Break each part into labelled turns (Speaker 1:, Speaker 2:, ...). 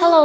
Speaker 1: Hello，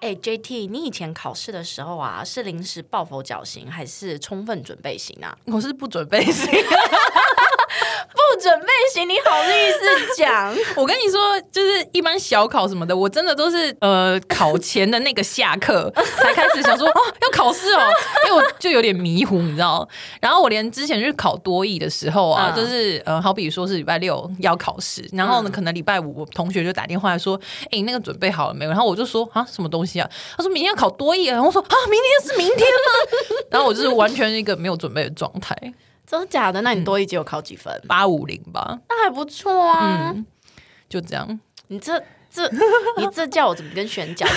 Speaker 1: 哎、j t 你以前考试的时候啊，是临时抱佛脚型还是充分准备型啊？
Speaker 2: 我是不准备型。
Speaker 1: 不准备型，你好意思讲？
Speaker 2: 我跟你说，就是一般小考什么的，我真的都是呃考前的那个下 课才开始想说哦要考试哦，因为我就有点迷糊，你知道。然后我连之前去考多艺的时候啊，
Speaker 1: 嗯
Speaker 2: 就是呃好比说是礼拜六要考试，然后呢可能礼拜五我同学就打电话来说，哎、你那个准备好了没有？然后我就说啊什么东西啊？他说明天要考多艺啊，然后我说啊明天是明天吗？ 然后我就是完全一个没有准备的状态，
Speaker 1: 真的假的？那你多一级有考几分？
Speaker 2: 八五零吧，
Speaker 1: 嗯那还不错啊。
Speaker 2: 就这样。
Speaker 1: 你这这你这叫我怎么跟学员交代？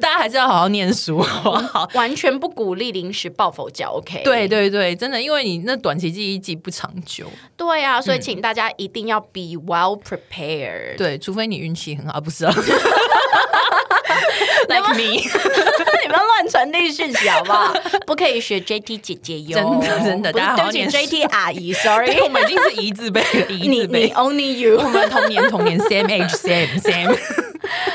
Speaker 2: 大家还是要好好念书， 好不好？
Speaker 1: 完全不鼓励临时抱佛脚。OK，
Speaker 2: 对对对，真的，因为你那短期记忆记不长久，
Speaker 1: 对啊，所以请大家一定要 be well prepared。
Speaker 2: 对，除非你运气很好，啊不 是啊，like me，
Speaker 1: 你们乱传递讯息好不 好？不可以学 JT 姐姐哟，
Speaker 2: 真的真的
Speaker 1: 不是
Speaker 2: 大家好
Speaker 1: 对
Speaker 2: 好
Speaker 1: 不起
Speaker 2: 念书
Speaker 1: JT 阿姨，sorry，
Speaker 2: 我们已经是一字 辈了，一
Speaker 1: 你你
Speaker 2: 字辈，
Speaker 1: only you
Speaker 2: 我。们同年同 年，same age same same。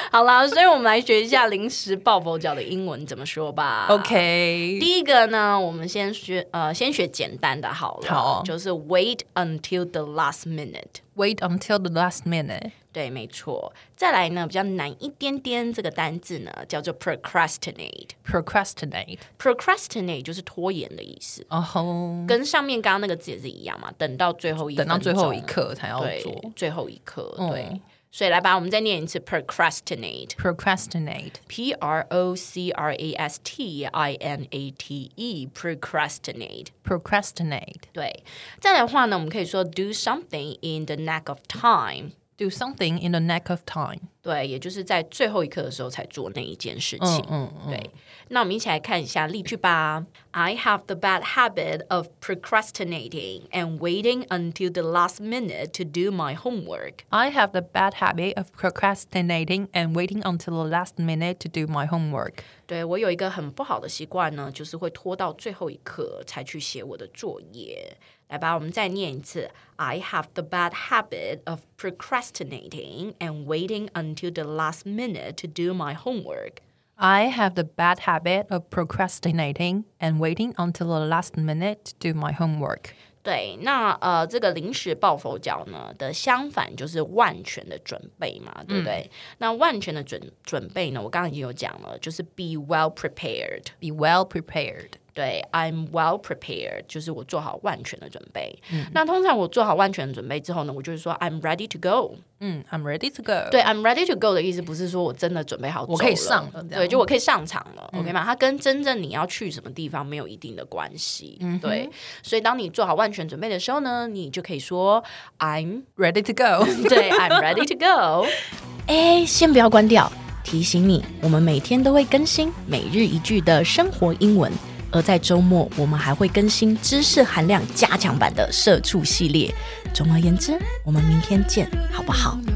Speaker 1: 好啦，所以我们来学一下临时抱佛脚的英文怎么说吧。。
Speaker 2: OK，
Speaker 1: 第一个呢，我们先学呃，先学简单的好了，
Speaker 2: 好
Speaker 1: 就是 wait until the last minute。
Speaker 2: wait until the last minute。
Speaker 1: 对，没错。再来呢，比较难一点点这个单字呢，叫做 procrastinate。
Speaker 2: Procrastinate，
Speaker 1: procrastinate 就是拖延的意思，
Speaker 2: 然后
Speaker 1: 跟上面刚刚那个字也是一样嘛，等到最后一
Speaker 2: Uh-huh 等到
Speaker 1: 分
Speaker 2: 最后一
Speaker 1: 钟，
Speaker 2: 刻才要
Speaker 1: 对
Speaker 2: 做，
Speaker 1: 最后一刻，
Speaker 2: 嗯
Speaker 1: 对。所以来吧，我们再念一次 procrastinate。
Speaker 2: procrastinate。
Speaker 1: P R O C R A S T I N A T E procrastinate。
Speaker 2: procrastinate.
Speaker 1: 对，再来的话呢，我们可以说 do something in the knack of time。
Speaker 2: Do something in the neck of time.
Speaker 1: 对，也就是在最后一刻的时候才做那一件事情。对，那我们一起来看一下例句吧。I have the bad habit of procrastinating and waiting until the last minute to do my homework。
Speaker 2: I have the bad habit of procrastinating and waiting until the last minute to do my homework.
Speaker 1: 对我有一个很不好的习惯呢，就是会拖到最后一刻才去写我的作业。来吧，我们再念一次。I have the bad habit of procrastinating and waiting until the last minute to do my homework。
Speaker 2: I have the bad habit of procrastinating and waiting until the last minute to do my homework.
Speaker 1: 对，那呃，这个临时抱佛脚呢的相反就是万全的准备嘛，对不对？那万全的准准备呢，我刚刚已经有讲了，就是 be well prepared。
Speaker 2: Be well prepared.
Speaker 1: 对，I'm well prepared，就是我做好万全的准备。
Speaker 2: 嗯
Speaker 1: 那通常我做好万全的准备之后呢，我就是说 I'm ready to go。
Speaker 2: 嗯 Hmm, I'm ready to go.
Speaker 1: 对，I'm ready to go 的意思不是说我真的准备好走了，
Speaker 2: 我可以上了嗯这样
Speaker 1: 对，就我可以上场了、o k 吗？它跟真正你要去什么地方没有一定的关系。
Speaker 2: 嗯
Speaker 1: 对，所以当你做好万全准备的时候呢，你就可以说 I'm
Speaker 2: Ready to go.
Speaker 1: 对，I'm ready to go。哎，先不要关掉，提醒你，我们每天都会更新每日一句的生活英文，而在周末我们还会更新知识含量加强版的社畜系列。总而言之，我们明天见，好不好？
Speaker 3: On a